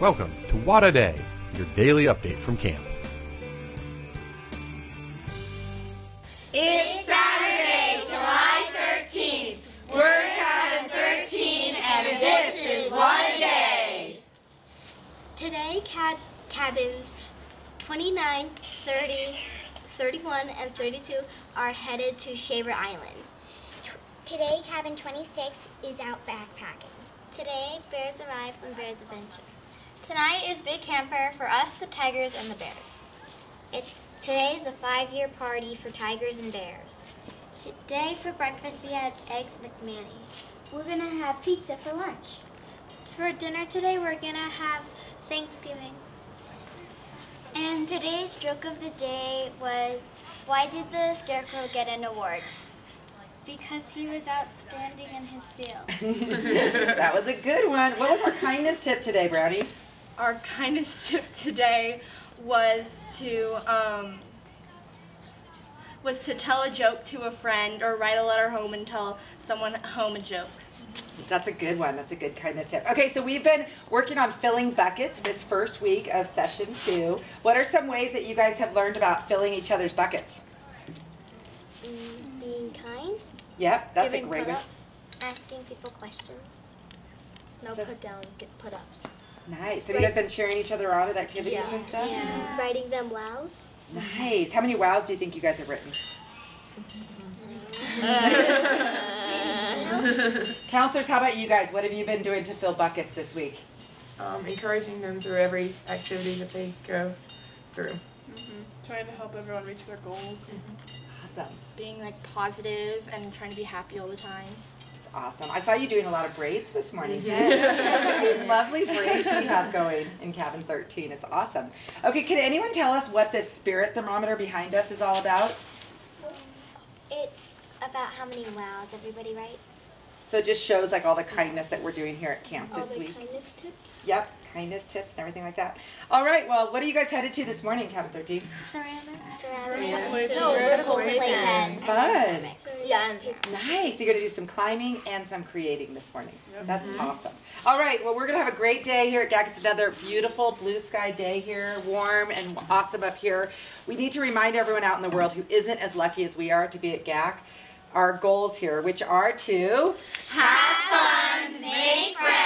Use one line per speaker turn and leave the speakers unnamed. Welcome to What a Day, your daily update from camp.
It's Saturday, July 13th. We're counting 13, and this is what a day.
Today, cab- cabins 29, 30, 31, and 32 are headed to Shaver Island.
Today, cabin 26 is out backpacking.
Today, bears arrive from Bears Adventure.
Tonight is big camper for us, the tigers, and the bears.
It's today's a five-year party for tigers and bears. Today for breakfast we had eggs McManny. We're gonna have pizza for lunch.
For dinner today, we're gonna have Thanksgiving.
And today's joke of the day was, why did the scarecrow get an award?
Because he was outstanding in his field.
That was a good one. What was our kindness tip today, Brownie?
our kindness tip today was to um, was to tell a joke to a friend or write a letter home and tell someone at home a joke.
That's a good one. That's a good kindness tip. Okay, so we've been working on filling buckets this first week of session two. What are some ways that you guys have learned about filling each other's buckets?
Being kind,
Yep, that's a great one.
asking people questions.
No So- put
downs, get put ups.
Nice. Have you guys been cheering each other on at activities
Yeah.
and stuff?
Writing them wows.
Nice. How many wows do you think you guys have written? Counselors, how about you guys? What have you been doing to fill buckets this week?
um, encouraging them through every activity that they go through.
Trying to help everyone reach their goals.
Awesome.
Being like positive and trying to be happy all the time.
It's awesome. I saw you doing a lot of braids this morning. These lovely braids we have going in cabin 13. It's awesome. Okay, can anyone tell us what this spirit thermometer behind us is all about?
It's about how many wows everybody writes.
So it just shows like all the kindness that we're doing here at camp
All
this
the
week.
kindness tips.
Yep, kindness tips and everything like that. All right, well, what are you guys headed to this morning, cabin 13?
Ceramics.
No, vertical
playpen.
Fun.
Yeah, and
Nice. You're going to do some climbing and some creating this morning. That's awesome. All right. Well, we're going to have a great day here at GAC. It's another beautiful blue sky day here, warm and awesome up here. We need to remind everyone out in the world who isn't as lucky as we are to be at GAC our goals here, which are to
make friends.